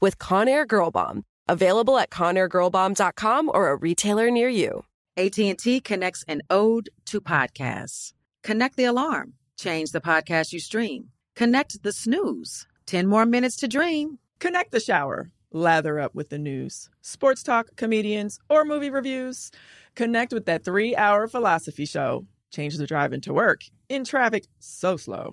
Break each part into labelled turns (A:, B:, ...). A: with Conair Girl Bomb. Available at conairgirlbomb.com or a retailer near you.
B: AT&T connects an ode to podcasts. Connect the alarm, change the podcast you stream. Connect the snooze, 10 more minutes to dream.
C: Connect the shower. Lather up with the news, sports talk, comedians, or movie reviews. Connect with that three hour philosophy show. Change the drive into work. In traffic, so slow.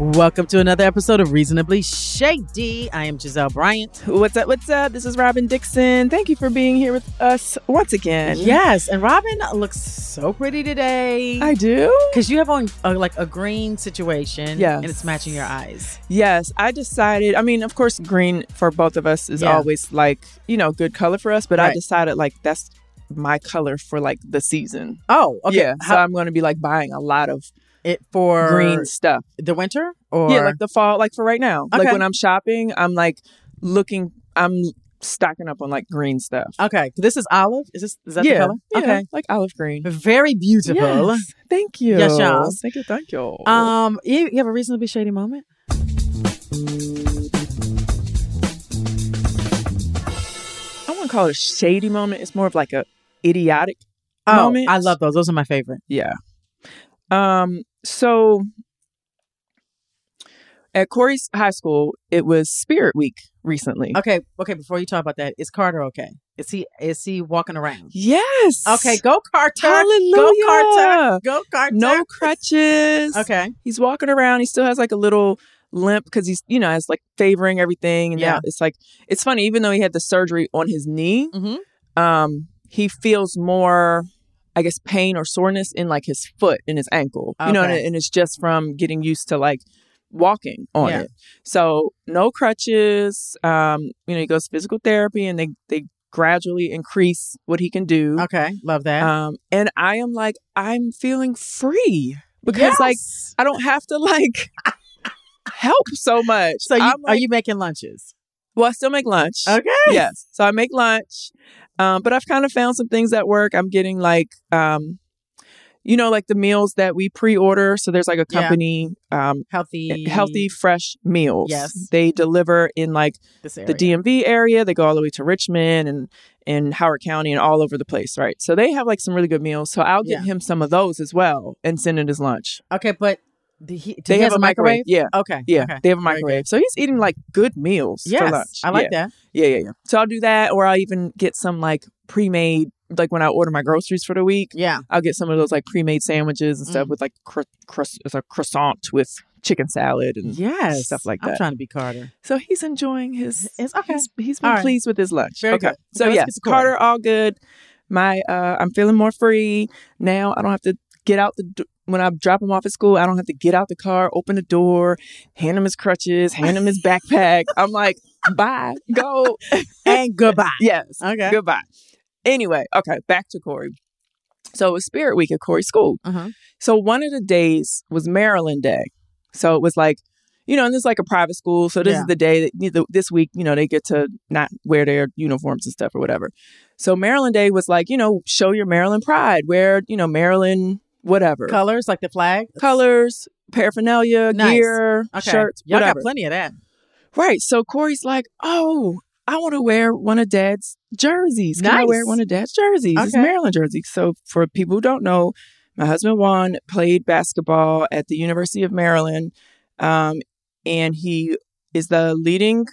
B: Welcome to another episode of Reasonably Shady. I am Giselle Bryant.
C: What's up? What's up? This is Robin Dixon. Thank you for being here with us once again.
B: Yes, and Robin looks so pretty today.
C: I do.
B: Because you have on a, like a green situation,
C: Yes.
B: and it's matching your eyes.
C: Yes, I decided. I mean, of course, green for both of us is
B: Yeah.
C: always like, you know, good color for us, but I
B: Right.
C: decided like that's my color for like the season.
B: Oh, okay.
C: Yeah, so
B: How
C: I'm going to be like buying a lot of
B: it for
C: green stuff.
B: the winter or
C: yeah, like the fall, like for right now. Like
B: Okay.
C: when I'm shopping, I'm like looking, I'm stocking up on like green stuff.
B: okay. This Oh, is olive. Is this is that
C: yeah,
B: the color?
C: yeah,
B: Okay.
C: like olive green.
B: Very beautiful.
C: Yes, Thank you.
B: Yes, y'all.
C: Thank you. Thank you.
B: Um, you, you have a reasonably shady moment.
C: I wouldn't call it a shady moment. It's more of like a idiotic
B: Oh,
C: moment.
B: I love those. Those are my favorite.
C: Yeah. Um. So at Corey's high school, it was Spirit Week recently.
B: Okay, okay. Before you talk about that, is Carter okay? Is he is he walking around?
C: Yes.
B: Okay, go Carter. Go
C: Hallelujah.
B: Carter. Go Carter.
C: No crutches.
B: Okay.
C: He's walking around. He still has like a little limp because he's you know has like favoring everything and
B: Yeah.
C: now it's like it's funny even though he had the surgery on his knee
B: Mm-hmm.
C: um he feels more i guess pain or soreness in like his foot in his ankle you know and,
B: Okay.
C: it- and it's just from getting used to like walking on
B: Yeah.
C: it so no crutches um you know he goes to physical therapy and they they gradually increase what he can do
B: Okay, love that.
C: um and i am like i'm feeling free because like
B: Yes.
C: i don't have to like help so much
B: so you,
C: I'm
B: Uh, are
C: like-
B: you making lunches?
C: well i still make lunch
B: Okay.
C: yes. So I make lunch, um, but I've kind of found some things at work. I'm getting like, um, You know, like the meals that we pre order. So there's like a
D: Yeah.
C: company, um,
D: Healthy,
C: healthy, fresh meals.
D: Yes.
C: They deliver in like
D: This
C: the DMV area. They go all the way to Richmond and and Howard County and all over the place, right? So they have like some really good meals. So I'll give
D: Yeah.
C: him some of those as well and send it as lunch.
D: Okay, but the, he,
C: They
D: he
C: have
D: has
C: a microwave. Yeah.
D: Okay.
C: Yeah,
D: Okay.
C: they have a
D: Very good.
C: microwave. So he's eating like good meals for lunch.
D: Yes, I like
C: yeah.
D: that.
C: Yeah, yeah, yeah. So I'll do that, or I'll even get some like pre made, like when I order my groceries for the week,
D: Yeah.
C: I'll get some of those like pre made sandwiches and stuff
D: Mm.
C: with like cr- crust, it's a croissant with chicken salad and
D: Yes.
C: Mm-hmm. stuff like
D: I'm
C: that.
D: trying to be Carter.
C: So he's enjoying his.
D: It's okay.
C: He's, he's been
D: All right.
C: pleased with his lunch.
D: Very
C: okay.
D: good.
C: So
D: Now let's
C: yes,
D: get to Corey.
C: Carter, all good. My, uh I'm feeling more free now. I don't have to get out the. Do- when I drop him off at school, I don't have to get out the car, open the door, hand him his crutches, hand him his backpack. I'm like, bye, go.
D: And goodbye.
C: Yes.
D: Okay.
C: Goodbye. Anyway, okay, back to Corey. So it was Spirit Week at Corey School.
D: Uh-huh.
C: So one of the days was Maryland Day. So it was like, you know, and this is like a private school. So this
D: Yeah.
C: is the day that you know, this week, you know, they get to not wear their uniforms and stuff or whatever. So Maryland Day was like, you know, show your Maryland pride, wear, you know, Maryland whatever.
D: Colors like the flag.
C: Colors, paraphernalia,
D: Nice.
C: gear,
D: Okay.
C: shirts,
D: Y'all
C: whatever.
D: got plenty of that.
C: Right. So Corey's like, oh, I want to wear one of dad's jerseys. Can I
D: Nice.
C: wear one of dad's jerseys? It's
D: Okay.
C: Maryland jersey. So for people who don't know, my husband Juan played basketball at the University of Maryland. Um, and he is the leading,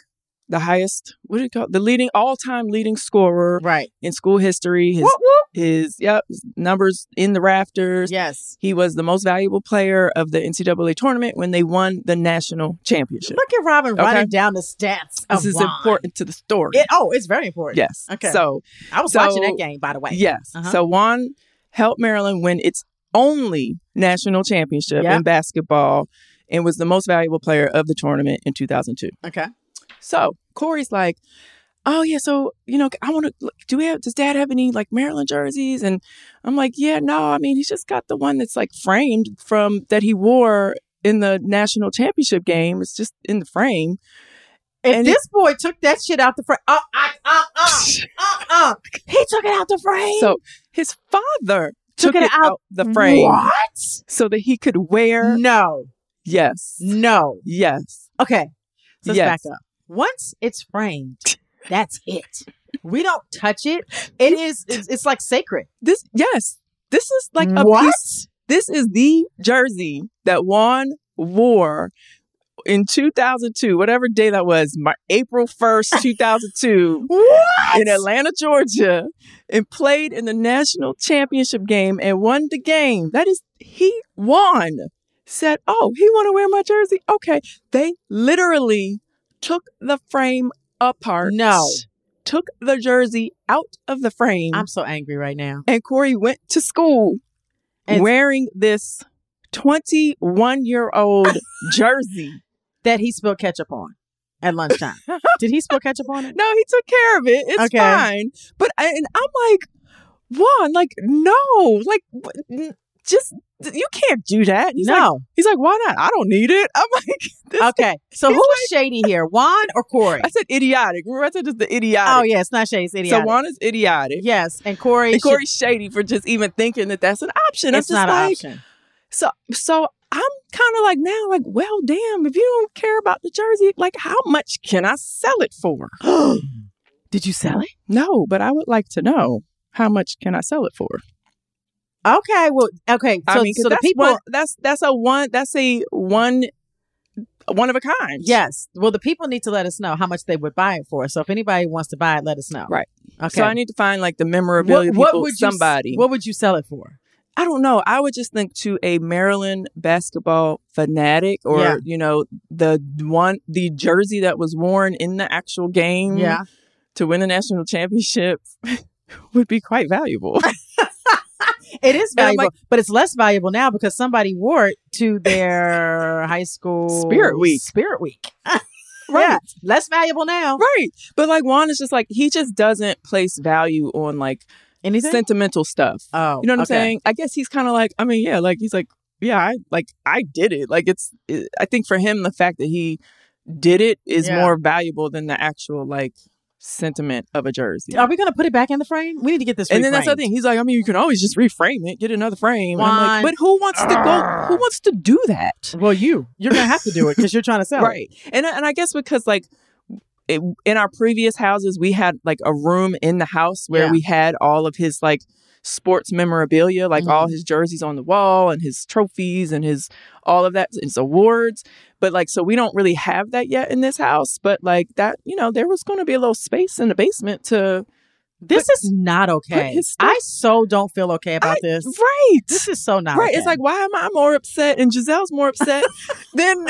C: the highest, what do you call it? The leading, all time leading scorer
D: Right.
C: in school history. His,
D: Whoop, whoop.
C: his, yep, his numbers in the rafters.
D: Yes.
C: He was the most valuable player of the NCAA tournament when they won the national championship.
D: Look at Robin
C: Okay.
D: running down the stats. of
C: This is
D: Juan.
C: important to the story.
D: It, oh, it's very important.
C: Yes.
D: Okay.
C: So
D: I was
C: so-
D: watching that game, by the way.
C: yes.
D: Uh-huh.
C: So Juan helped Maryland win its only national championship
D: Yeah.
C: in basketball and was the most valuable player of the tournament in 2002.
D: Okay.
C: So Corey's like, oh yeah, so you know, I want to. Do we have? Does Dad have any like Maryland jerseys? And I'm like, yeah, no. I mean, he's just got the one that's like framed from that he wore in the national championship game. It's just in the frame.
D: If
C: And-
D: this boy took that shit out the frame, uh, uh, uh, uh, uh, uh, he took it out the frame.
C: So his father
D: Took
C: took,
D: it
C: it,
D: out Mm-hmm.
C: out the frame.
D: What?
C: so that he could wear
D: No,
C: yes
D: no.
C: yes
D: Okay, so let's
C: Yes.
D: back up. Once it's framed, that's it. We don't touch it. It is. It's, it's like sacred.
C: this yes this is like a
D: What?
C: piece this is the jersey that juan wore in 2002 whatever day that was my april 1st 2002
D: What?
C: in atlanta georgia and played in the national championship game and won the game that is he won said oh he want to wear my jersey okay they literally took the frame apart
D: No.
C: took the jersey out of the frame
D: I'm so angry right now.
C: and Corey went to school
D: And-
C: wearing this 21 year old jersey.
D: That he spilled ketchup on at lunchtime. Did he spill ketchup on it?
C: No, he took care of it. It's
D: Okay.
C: fine. But I, and I'm like, Juan, like, no, like, what- n- just you can't do that. He's like,
D: no.
C: he's like, why not? I don't need it. I'm like, this,
D: okay. So
C: he's
D: who is shady here? Juan or Corey?
C: I said idiotic. Remember, I said just the idiotic.
D: Oh yeah, it's not shady. It's idiotic.
C: So Juan is idiotic.
D: Yes, and Corey.
C: And
D: should-
C: Corey's shady for just even thinking that that's an option. I'm
D: it's
C: just
D: not
C: like,
D: an option.
C: So so I'm kind of like now like well damn if you don't care about the jersey like how much can I sell it for?
D: Did you sell it?
C: No, but I would like to know how much can I sell it for?
D: Okay. Well, okay. So,
C: I mean 'cause
D: so the
C: that's
D: people.
C: one, that's that's a one that's a one one of a kind.
D: Yes. Well, the people need to let us know how much they would buy it for. So if anybody wants to buy it, let us know.
C: Right.
D: Okay.
C: So I need to find like the memorabilia people,
D: you s-
C: somebody.
D: What would you sell it for?
C: I don't know. I would just think to a Maryland basketball fanatic or,
D: Yeah.
C: you know, the one, the jersey that was worn in the actual game
D: Yeah.
C: to win a national championship would be quite valuable.
D: It is
C: And I'm
D: valuable, but it's less valuable now because somebody wore it to their high school
C: Spirit Week.
D: Spirit week.
C: Right.
D: Yeah. Less valuable now.
C: right. But like Juan is just like, he just doesn't place value on like
D: Anything?
C: sentimental stuff.
D: oh,
C: You know what I'm
D: okay.
C: saying? I guess he's kind of like, I mean, yeah, like he's like, yeah, I like I did it. Like it's, it, I think for him, the fact that he did it is
D: Yeah.
C: more valuable than the actual like sentiment of a jersey.
D: Are we gonna put it back in the frame? We need to get this.
C: and then that's the
D: reframed.
C: thing. He's like, I mean, you can always just reframe it, get another frame. And I'm like,
B: Juan.
C: but who wants to go?
D: Ah.
C: Who wants to do that?
D: Well, you you're gonna have to do it because you're trying to sell. it.
C: right and and i guess because like it, in our previous houses we had like a room in the house where
D: Yeah.
C: we had all of his like sports memorabilia like all
D: Mm-hmm.
C: his jerseys on the wall and his trophies and his all of that his awards but like so we don't really have that yet in this house but like that you know there was going to be a little space in the basement to
D: This is not okay.
C: his stuff-
D: I so don't feel okay about this.
C: right
D: This is so not
C: right
D: okay.
C: it's like why am i more upset and giselle's more upset than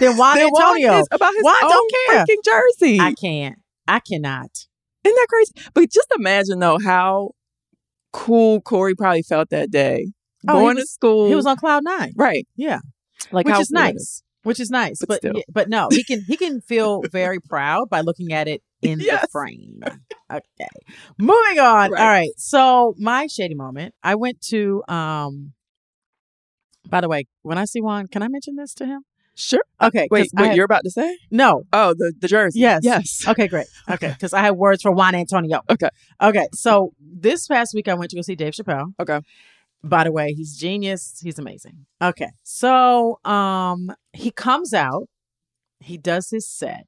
D: then Juan
C: than Juan
D: Antonio.
C: is about his
D: Juan
C: own
D: don't care.
C: freaking jersey
D: I can't. I cannot.
C: Isn't that crazy? But just imagine though how cool Corey probably felt that day.
D: Oh, he
C: Going to
D: was-
C: school.
D: He was on cloud nine,
C: right.
D: Yeah.
C: Like
D: which
C: how
D: is
C: cool it
D: nice. Which is nice,
C: But
D: but
C: still.
D: yeah, but no, he can he can feel very proud by looking at it in the
C: Yes.
D: frame. Okay, moving on.
C: Right.
D: All right, so my shady moment. I went to um. By the way, when I see Juan, can I mention this to him?
C: Sure.
D: Okay, 'cause
C: Uh, Wait,
D: I
C: what
D: had-
C: you're about to say?
D: no,
C: Oh, the, the jersey.
D: Yes.
C: Yes.
D: Okay, great. Okay, because I have words for Juan Antonio.
C: Okay.
D: Okay. So this past week, I went to go see Dave Chappelle.
C: Okay.
D: By the way, he's genius. He's amazing. Okay. So um, he comes out. He does his set.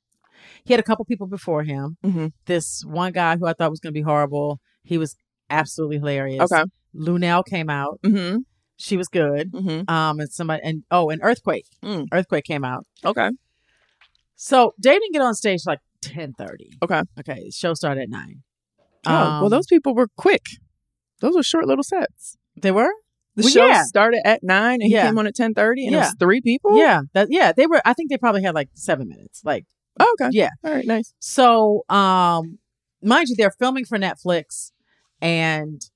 D: He had a couple people before him.
C: Mhm.
D: This one guy who I thought was going to be horrible. He was absolutely hilarious.
C: Okay.
D: Lunel came out.
C: Mm-hmm.
D: She was good.
C: Mm-hmm.
D: Um, and somebody and oh, and Earthquake.
C: Mm.
D: Earthquake came out.
C: Okay.
D: So Dave didn't get on stage till, like ten thirty.
C: Okay.
D: Okay. the Show started at nine.
C: Oh, well
D: Um,
C: those people were quick. Those were short little sets.
D: they were.
C: The
D: Well,
C: show
D: yeah.
C: started at nine and
D: Yeah.
C: he came on at ten thirty and it
D: Yeah.
C: was three people.
D: Yeah. That, yeah. They were. I think they probably had like seven minutes. Like
C: Oh, okay.
D: yeah.
C: All right, nice.
D: So um, mind you, they're filming for Netflix, and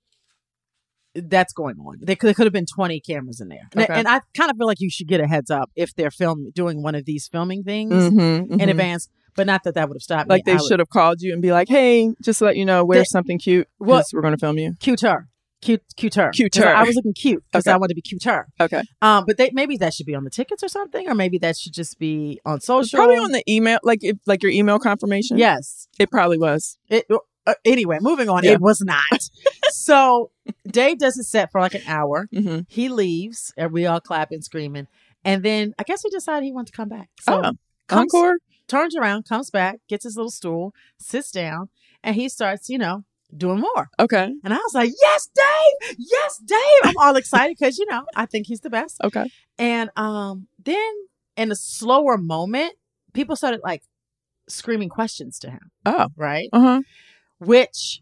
D: that's going on. There could, there could have been twenty cameras in there, And-
C: Okay.
D: and I kind of feel like you should get a heads up if they're film doing one of these filming things
C: Mm-hmm,
D: in advance. But not that that would have stopped.
C: Like
D: me.
C: they
D: I would-
C: should have called you and be like, "Hey, just to let you know, wear
D: They-
C: something cute
D: Well-
C: because we're going to film you."
D: cute her. Cute, cute her. 'Cause
C: Cuter.
D: I was looking cute because
C: Okay.
D: I wanted to be cute her.
C: Okay.
D: Um, but they maybe that should be on the tickets or something, or maybe that should just be on social.
C: Probably on the email, like if like your email confirmation.
D: yes.
C: It probably was.
D: It, uh, anyway, moving on.
C: Yeah.
D: It was not. so Dave does his set for like an hour.
C: Mm-hmm.
D: He leaves, and we all clap and screaming. And then I guess he decided he wanted to come back. So
C: Oh,
D: comes-
C: Encore?
D: turns around, comes back, gets his little stool, sits down, and he starts, you know, doing more.
C: Okay.
D: And I was like, yes, Dave, yes, Dave. I'm all excited because, you know, I think he's the best.
C: Okay.
D: And um, then in a slower moment, people started like screaming questions to him,
C: Oh.
D: right?
C: Uh huh.
D: Which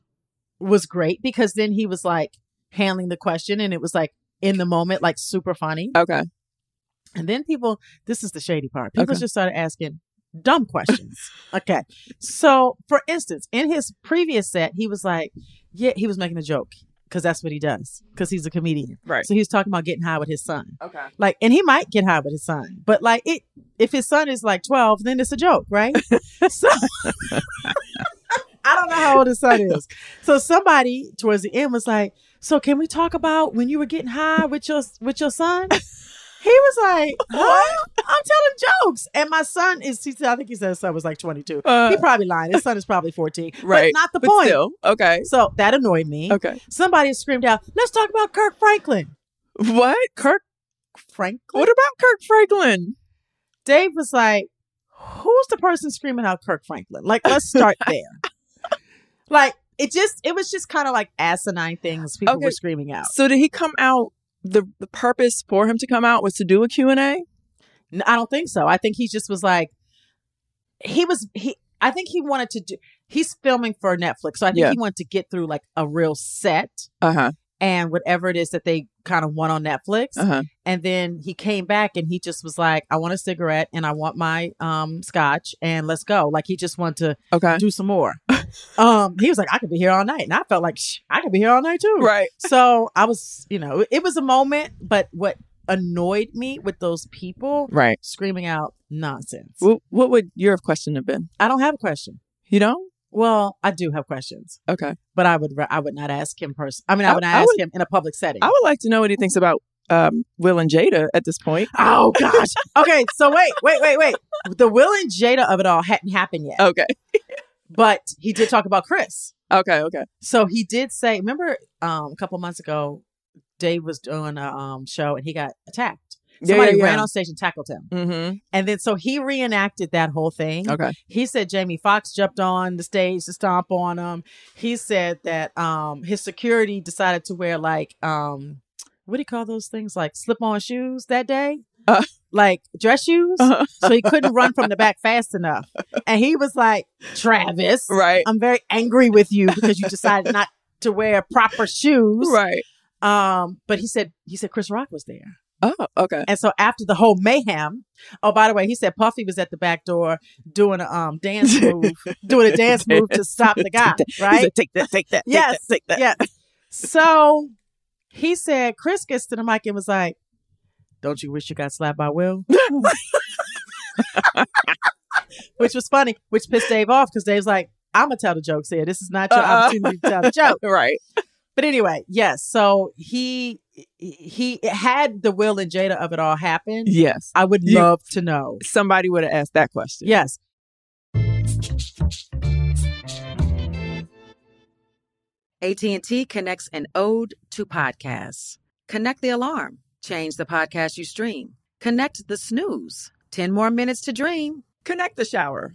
D: was great because then he was like handling the question and it was like in the moment, like super funny.
C: Okay.
D: And then people, this is the shady part, people
C: Okay.
D: just started asking dumb questions. okay. So, for instance, in his previous set, he was like, yeah, he was making a joke because that's what he does because he's a comedian.
C: Right.
D: So he was talking about getting high with his son.
C: Okay.
D: Like, and he might get high with his son, but like, it if his son is like twelve, then it's a joke, right? so I don't know how old his son is. So somebody towards the end was like, "So can we talk about when you were getting high with your with your son?" He was like, "What? I'm telling jokes." And my son is, he said, I think he said his son was like 22.
C: Uh,
D: he probably lying. His son is probably 14.
C: Right.
D: But not the
C: But
D: point.
C: still, okay.
D: So that annoyed me.
C: Okay.
D: Somebody screamed out, "Let's talk about Kirk Franklin."
C: What? Kirk?
D: Franklin.
C: What about Kirk Franklin?
D: Dave was like, "Who's the person screaming out Kirk Franklin?" Like, let's start there. like, it just it was just kind of like asinine things people
C: Okay.
D: were screaming out.
C: So did he come out? The, the purpose for him to come out was to do a Q and A.
D: N- I don't think so. I think he just was like, he was he. I think he wanted to do. He's filming for Netflix, so I think
C: Yeah.
D: he wanted to get through like a real set
C: Uh huh.
D: and whatever it is that they kind of want on Netflix.
C: Uh huh.
D: And then he came back and he just was like, "I want a cigarette and I want my um scotch and let's go." Like he just wanted to
C: Okay.
D: do some more. um, he was like, I could be here all night, and I felt like Shh, I could be here all night too.
C: Right.
D: So I was, you know, it was a moment, but what annoyed me with those people
C: Right.
D: screaming out nonsense.
C: What, what would your question have been?
D: I don't have a question.
C: You know?
D: Well, I do have questions,
C: Okay.
D: but I would ra- I would not ask him person. I mean, I
C: I-
D: would not
C: I
D: ask
C: would-
D: him in a public setting.
C: I would like to know what he thinks about um, Will and Jada at this point.
D: oh gosh.
C: Oh.
D: okay, so wait, wait, wait, wait. The Will and Jada of it all hadn't happened yet.
C: Okay.
D: But he did talk about Chris.
C: Okay, okay.
D: So he did say, remember um, a couple months ago, Dave was doing a um, show and he got attacked. Somebody ran on stage and tackled him.
C: Mm-hmm.
D: And then so he reenacted that whole thing.
C: Okay.
D: He said Jamie Foxx jumped on the stage to stomp on him. He said that um his security decided to wear like um what do you call those things like slip on shoes that day?
C: Uh.
D: like dress shoes.
C: Uh-huh.
D: so he couldn't run from the back fast enough. And he was like, Travis,
C: Right.
D: I'm very angry with you because you decided not to wear proper shoes.
C: Right.
D: Um, but he said he said Chris Rock was there.
C: Oh, okay.
D: And so after the whole mayhem, oh by the way, he said Puffy was at the back door doing a um dance move, doing a dance move to stop the guy,
C: He
D: right?
C: said, take that, take that, take
D: Yes,
C: that, take that.
D: Yeah. So he said Chris gets to the mic and was like, "Don't you wish you got slapped by Will?" which was funny, which pissed Dave off because Dave's like, "I'm gonna tell the jokes here. This is not your
C: Uh-uh.
D: opportunity to tell the joke."
C: Right.
D: But anyway, yes. So he he had the Will and Jada of it all happen.
C: Yes.
D: I would
C: You-
D: love to know.
C: Somebody would have asked that question.
D: Yes.
B: AT&T connects an ode to podcasts. Connect the alarm. Change the podcast you stream. Connect the snooze. 10 more minutes to dream.
C: Connect the shower.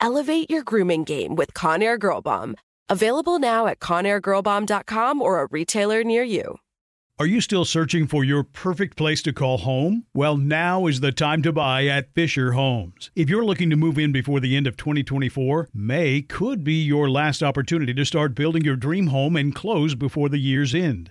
A: Elevate your grooming game with Conair Girl Bomb. Available now at conairgirlbomb.com or a retailer near you.
E: Are you still searching for your perfect place to call home? Well, now is the time to buy at Fisher Homes. If you're looking to move in before the end of 2024, May could be your last opportunity to start building your dream home and close before the year's end.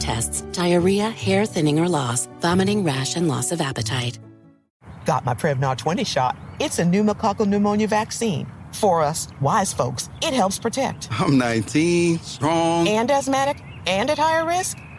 F: tests, diarrhea, hair thinning or loss, vomiting, rash, and loss of appetite.
G: got my Prevnar 20 shot. It's a pneumococcal pneumonia vaccine. For us wise folks, it helps protect.
H: I'm 19, strong.
G: And asthmatic and at higher risk,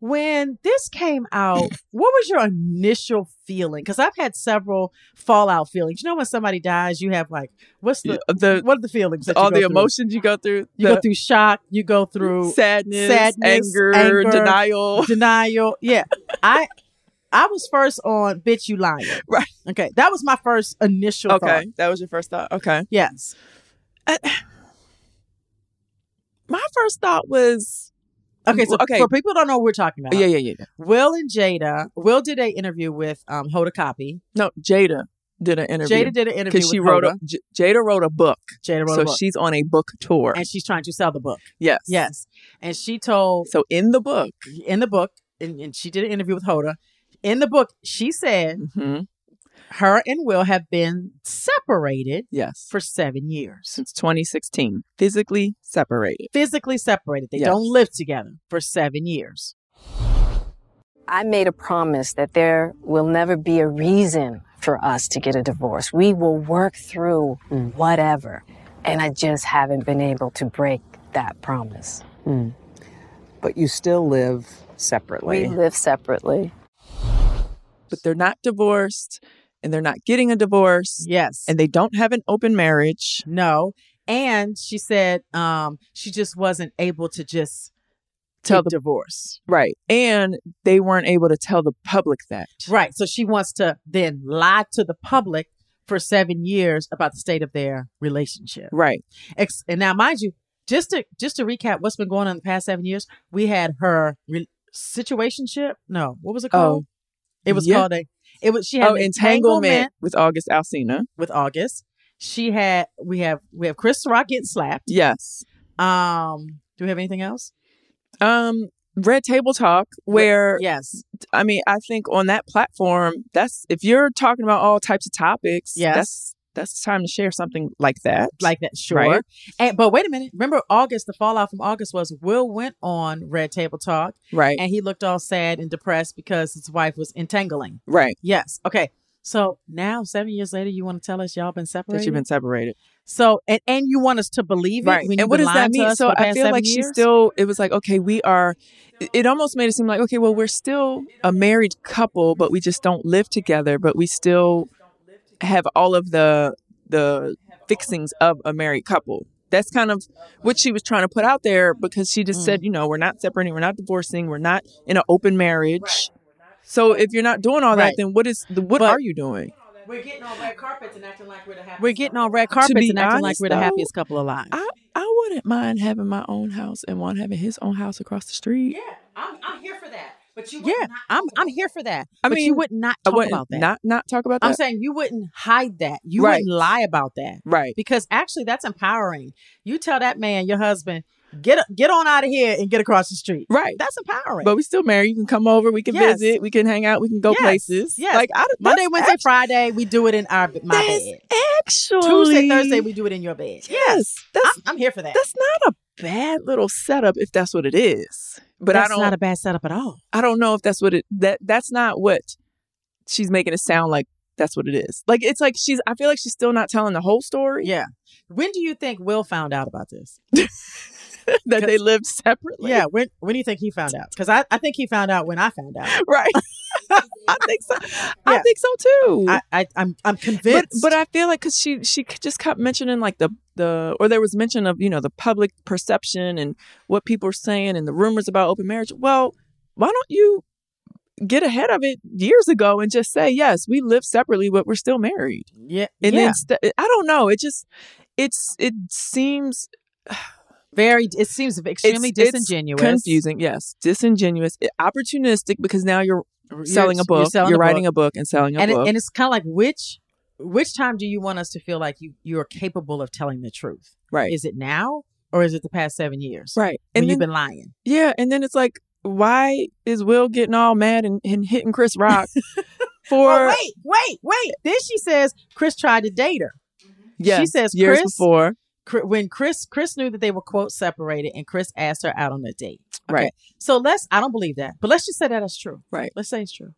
D: when this came out, what was your initial feeling? Because I've had several fallout feelings. You know, when somebody dies, you have like, what's the, Uh,
C: Yeah, the-
D: what are the feelings? That you
C: all
D: go
C: the
D: through?
C: emotions you go through.
D: You
C: the
D: go through shock. You go through
C: sadness, anger, denial.
D: denial. Yeah, I, I was first on "Bitch, you lying."
C: Right.
D: Okay, that was my first initial.
C: Okay,
D: thought.
C: that was your first thought. Okay,
D: Yes.
C: my first thought was
D: Okay. So,
C: okay.
D: for people who don't know what we're talking about,
C: yeah, yeah, yeah, yeah.
D: Will and Jada. Will did a interview with um, Hoda Copy.
C: No, Jada did an interview.
D: Jada did an interview
C: because
D: with
C: she wrote
D: Hoda.
C: a, J- Jada wrote a book,
D: Jada wrote
C: so
D: a book,
C: she's on a book tour.
D: and she's trying to sell the book.
C: yes,
D: Yes, and she told
C: So in the book,
D: in the book, and, and she did an interview with Hoda. In the book, she said
C: Mhm.
D: her and Will have been separated
C: yes,
D: for seven years.
C: since 2016, physically separated.
D: Physically separated. They
C: Yes.
D: don't live together for seven years.
I: I made a promise that there will never be a reason for us to get a divorce. We will work through
G: Mm.
I: whatever. And I just haven't been able to break that promise.
G: Mm. But you still live
I: We
G: separately.
I: live separately.
C: But they're not divorced, and they're not getting a divorce,
D: Yes.
C: and they don't have an open marriage.
D: no. And she said um, she just wasn't able to just
C: Tell
D: get
C: the
D: divorce.
C: right, and they weren't able to tell the public that.
D: Right. So she wants to then lie to the public for seven years about the state of their relationship.
C: Right.
D: Ex- and now, mind you, just to just to recap, what's been going on in the past seven years? We had her re- situationship. No, what was it called? it was
C: Oh, yeah.
D: called a. It was she had
C: Oh,
D: an
C: entanglement,
D: entanglement
C: with August Alsina.
D: with August. She had we have we have Chris Rock getting slapped.
C: Yes.
D: Um, do we have anything else?
C: Um, Red Table Talk, where
D: yes,
C: I mean, I think on that platform, that's if you're talking about all types of topics,
D: Yes.
C: that's that's the time to share something like that.
D: like that, sure.
C: Right.
D: And, but wait a minute. Remember August. The fallout from August was Will went on Red Table Talk
C: right,
D: and he looked all sad and depressed because his wife was entangling.
C: right.
D: Yes. Okay. So now, seven years later, you want to tell us y'all been separated?
C: That you've been separated,
D: so, and, and you want us to believe it?
C: right?
D: When
C: And
D: you've
C: what
D: been
C: does that
D: lying to
C: mean?
D: us
C: So
D: for the
C: I
D: past
C: feel
D: seven
C: like she
D: years?
C: still. It was like, okay, we are. it- It almost made it seem like, okay, well, we're still a married couple, but we just don't live together. But we still have all of the the fixings of a married couple. That's kind of what she was trying to put out there because she just said, you know, we're not separating, we're not divorcing, we're not in an open marriage. So if you're not doing all
D: Right.
C: that, then what is the, what
D: But-
C: are you doing?
D: We're getting on red carpets and acting like we're the happiest. We're getting on red
C: To
D: carpets
C: be
D: and acting like
C: honest,
D: we're the
C: though,
D: happiest couple alive.
C: I I wouldn't mind having my own house and one having his own house across the street.
D: I'm, I'm here for that. But you
C: would
D: yeah,
C: not
D: I'm I'm here for that.
C: I
D: but you
C: mean,
D: would not
C: I
D: talk
C: wouldn't
D: about that.
C: not not talk about that.
D: I'm saying you wouldn't hide that. You
C: Right.
D: wouldn't lie about that.
C: right.
D: Because actually, that's empowering. You tell that man, your husband, get get on out of here and get across the street.
C: Right.
D: That's empowering.
C: But we still married. You can come over. We can
D: Yes.
C: visit. We can hang out. We can go
D: Yes.
C: places.
D: Yes.
C: Like I,
D: Monday,
C: that's
D: Wednesday,
C: act-
D: Friday, we do it in our my
C: That's
D: bed.
C: Actually,
D: Tuesday, Thursday, we do it in your bed.
C: yes. That's
D: I'm, I'm here for that.
C: that's not a bad little setup if that's what it is. But
D: that's
C: I don't.
D: not a bad setup at all.
C: I don't know if that's what it that that's not what she's making it sound like. That's what it is. Like it's like she's. I feel like she's still not telling the whole story.
D: Yeah. When do you think Will found out about this?
C: that they lived separately.
D: yeah. When when do you think he found out? Because I, I think he found out when I found out.
C: Right. I think so. I
D: Yeah.
C: think so too.
D: I, I I'm I'm
C: but
D: convinced.
C: but I feel like because she she c- just kept mentioning like the the or there was mention of you know the public perception and what people are saying and the rumors about open marriage. Well, why don't you get ahead of it years ago and just say yes, we live separately, but we're still married.
D: yeah.
C: And
D: yeah.
C: then st- I don't know. It just it's it seems
D: very. It seems extremely
C: it's
D: disingenuous.
C: confusing. Yes, disingenuous, i- opportunistic because now you're selling a book. You're,
D: selling
C: writing a book and selling a
D: and it-
C: book.
D: and it's kind of like which which time do you want us to feel like you you are capable of telling the truth?
C: Right.
D: Is it now or is it the past seven years?
C: Right.
D: And
C: And
D: you've
C: then-
D: been lying.
C: yeah, and then it's like, why is Will getting all mad and, and hitting Chris Rock
D: Oh,
C: for?
D: wait, wait, wait. Then she says Chris tried to date her. she
C: Yes,
D: says
C: years
D: Chris
C: before.
D: Chri- when Chris Chris knew that they were quote separated and Chris asked her out on a date.
C: Right.
D: So let's I don't believe that, but let's just say that that's true.
C: Right.
D: Let's say it's true.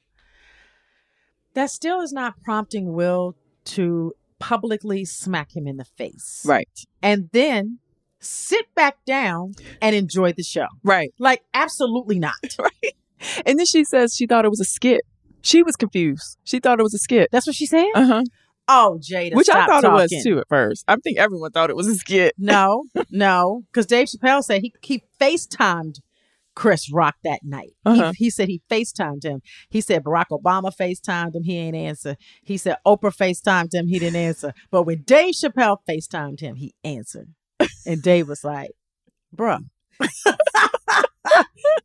D: That still is not prompting Will to publicly smack him in the face.
C: Right.
D: And then sit back down and enjoy the show.
C: Right.
D: Like absolutely not.
C: right. And then she says she thought it was a skit. She was confused. She thought it was a skit.
D: That's what she said.
C: Uh huh.
D: Oh, Jada.
C: Which I
D: stop
C: thought it
D: talking.
C: was too at first. I think everyone thought it was a skit.
D: No, no, because Dave Chappelle said he he FaceTimed Chris Rock that night.
C: Uh-huh.
D: He, he said he FaceTimed him. He said Barack Obama FaceTimed him. He ain't answer. He said Oprah FaceTimed him. He didn't answer. But when Dave Chappelle FaceTimed him, he answered. And Dave was like, "Bruh,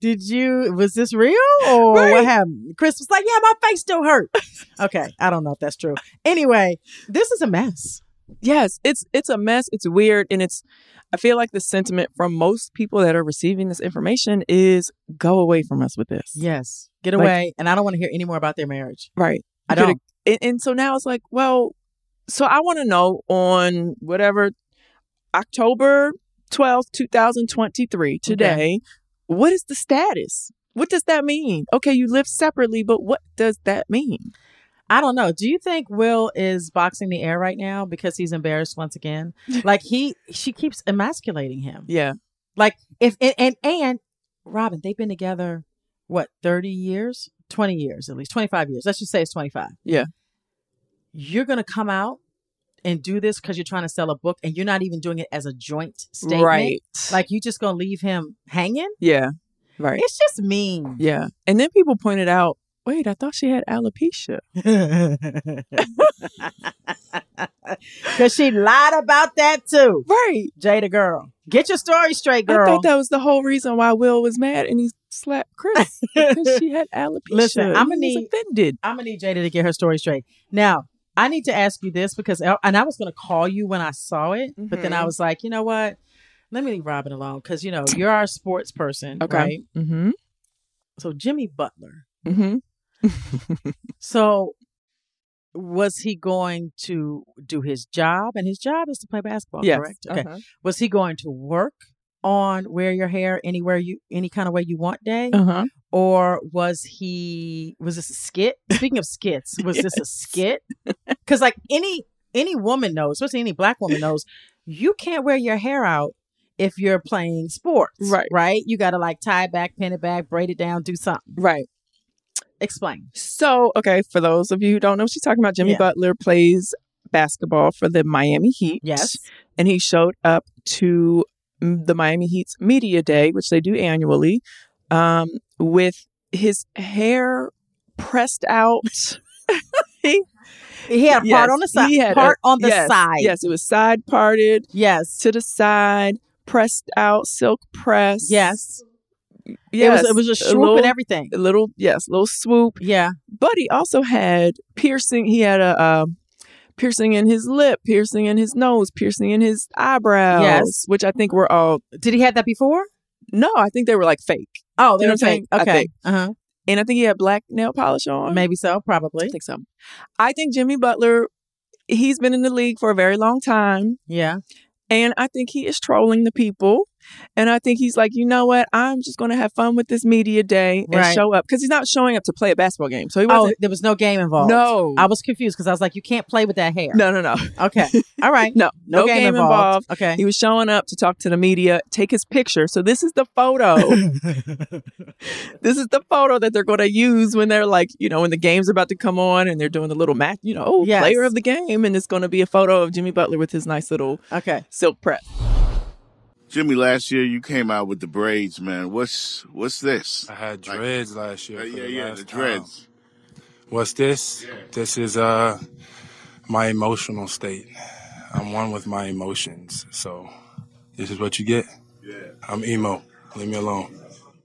D: did you? Was this real or what happened?" Chris was like, "Yeah, my face still hurt." Okay, I don't know if that's true. Anyway, this is a mess.
C: Yes, it's it's a mess. It's weird, and it's. I feel like the sentiment from most people that are receiving this information is go away from us with this.
D: Yes, get
C: Like-
D: away, and I don't want to hear any more about their marriage.
C: Right.
D: I
C: You coulda-
D: don't.
C: And, and so now it's like, well, so I want to know on whatever October 12th, 2023, today, what is the status? What does that mean? Okay, you live separately, but what does that mean?
D: I don't know. Do you think Will is boxing the air right now because he's embarrassed once again? Like he, she keeps emasculating him.
C: Yeah.
D: Like if and and, and Robin, they've been together what thirty years, twenty years at least, twenty five years. Let's just say it's twenty five.
C: Yeah.
D: You're gonna come out and do this because you're trying to sell a book, and you're not even doing it as a joint statement.
C: Right.
D: Like you just gonna leave him hanging.
C: Yeah. Right.
D: It's just mean.
C: yeah. And then people pointed out, wait, I thought she had alopecia.
D: Because she lied about that too.
C: Right.
D: Jada girl. Get your story straight,
C: I
D: girl.
C: thought that was the whole reason why Will was mad and he slapped Chris because she had alopecia.
D: Listen, I'm gonna
C: He was
D: need
C: offended.
D: I'm gonna need Jada to get her story straight. Now, I need to ask you this because and I was gonna call you when I saw it, but then I
C: Mhm.
D: was like, you know what? Let me leave Robin alone because you know you're our sports person,
C: Okay.
D: right?
C: Mm-hmm.
D: So Jimmy Butler.
C: Mm-hmm.
D: So was he going to do his job? And his job is to play basketball,
C: Yes.
D: correct? Okay.
C: Uh-huh.
D: Was he going to work on wear your hair anywhere you any kind of way you want day?
C: Uh-huh.
D: Or was he was this a skit? Speaking of skits, was this a skit? Because like any any woman knows, especially any black woman knows, you can't wear your hair out if you're playing sports.
C: Right.
D: Right? You gotta like tie it back, pin it back, braid it down, do something.
C: Right.
D: Explain.
C: So, okay, for those of you who don't know, she's talking about Jimmy
D: Yeah.
C: Butler plays basketball for the Miami Heat.
D: Yes.
C: And he showed up to mm, the Miami Heat's media day, which they do annually, um, with his hair pressed out. he,
D: He had a part on the side.
C: he had a-
D: part on the
C: yes,
D: side.
C: Yes, it was side parted
D: Yes.
C: to the side, pressed out, silk press.
D: Yes.
C: Yes.
D: It was it was a swoop
C: little-
D: and everything.
C: a little yes, little swoop.
D: Yeah.
C: But he also had piercing. He had a um piercing in his lip, piercing in his nose, piercing in his eyebrows.
D: Yes.
C: which I think were all
D: Did he have that before?
C: no. I think they were like fake,
D: Oh,
C: You
D: they
C: know
D: were
C: what I'm saying?
D: fake.
C: I
D: Okay.
C: think.
D: Uh
C: and I think he had black nail polish
D: huh.
C: on.
D: Maybe so. Probably.
C: I think so. I think Jimmy Butler. He's been in the league for a very long time.
D: Yeah.
C: And I think he is trolling the people. And I think he's like, you know what? I'm just going to have fun with this media day and
D: Right.
C: show up. Because he's not showing up to play a basketball game. So he
D: Oh,
C: wasn't.
D: there was no game involved.
C: No.
D: I was confused because I was like, you can't play with that hair.
C: no, no, no.
D: Okay. All right.
C: No,
D: No game involved. Okay.
C: He was showing up to talk to the media, take his picture. So this is the photo. this is the photo that they're going to use when they're like, you know, when the game's about to come on and they're doing the little match, you know, oh,
D: Yes.
C: player of the game. And it's going to be a photo of Jimmy Butler with his nice little
D: Okay.
C: silk press.
J: Jimmy, last year you came out with the braids, man. What's what's this?
K: I had dreads last year.
J: Uh,
K: for
J: yeah,
K: the
J: yeah,
K: last
J: the dreads.
K: time. What's this? This is uh my emotional state. I'm one with my emotions. So this is what you get. Yeah. I'm emo. Leave me alone.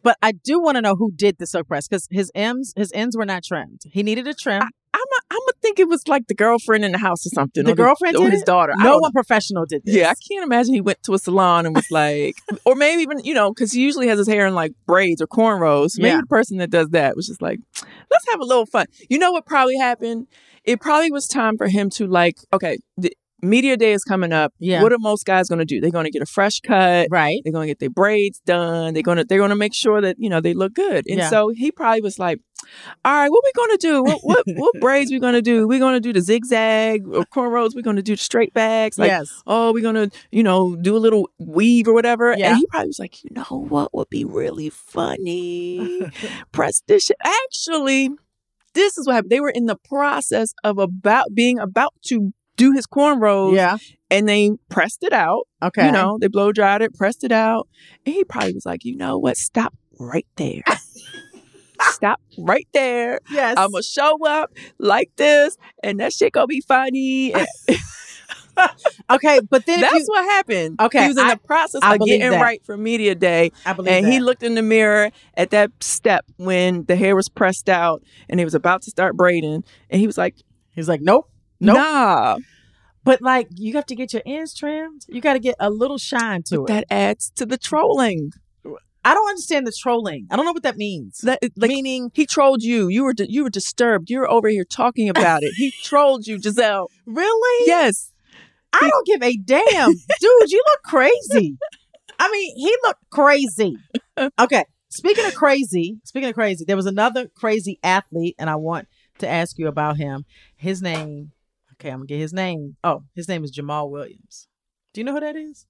D: But I do want to know who did the silk press because his M's, his ends were not trimmed. He needed a trim.
C: I'm a, I'm a think it was like the girlfriend in the house or something.
D: The
C: or
D: girlfriend
C: or
D: did
C: his
D: it?
C: daughter. I
D: No
C: don't-
D: one professional did this.
C: Yeah, I can't imagine he went to a salon and was like, or maybe even you know, because he usually has his hair in like braids or cornrows. Maybe
D: Yeah.
C: the person that does that was just like, let's have a little fun. You know what probably happened? It probably was time for him to like, okay. The, Media day is coming up.
D: Yeah.
C: What are most guys going to do? They're going to get a fresh cut.
D: Right.
C: They're going to get their braids done. They're going to they're going to make sure that, you know, they look good. And
D: Yeah.
C: so he probably was like, all right, what we gonna do? What what, what braids we gonna do? We gonna do the zigzag or cornrows? We gonna do the straight bags? Like,
D: Yes.
C: oh, we gonna you know do a little weave or whatever.
D: Yeah.
C: And he probably was like, you know what would be really funny? Press this. shit." Actually, this is what happened. They were in the process of about being about to do his cornrows.
D: Yeah.
C: And they pressed it out.
D: Okay.
C: You know, they blow dried it, pressed it out. And he probably was like, you know what? Stop right there. Stop right there.
D: Yes.
L: Um,
C: I'ma show up like this and that shit gonna be funny. And
D: Okay, but then if
C: That's
D: you-
C: what happened.
D: Okay,
C: He was in
D: I-
C: the process
D: I
C: of
D: believe
C: getting
D: that.
C: right for media day.
D: I believe
C: And he
D: that.
C: looked in the mirror at that step when the hair was pressed out and he was about to start braiding. And he was like,
D: He was like, Nope. Nope.
C: Nah.
D: But like, you have to get your ends trimmed. You got to get a little shine to it.
C: That adds to the trolling.
D: I don't understand the trolling. I don't know what that means.
C: That, like, Meaning he trolled you. You were di- you were disturbed. You were over here talking about it. He trolled you, Giselle.
D: Really?
C: Yes.
D: I don't give a damn, dude. You look crazy. I mean, he looked crazy. Okay. Speaking of crazy, speaking of crazy, there was another crazy athlete, and I want to ask you about him. His name. Okay, I'm gonna get his name. Oh, his name is Jamal Williams. Do you know who that is?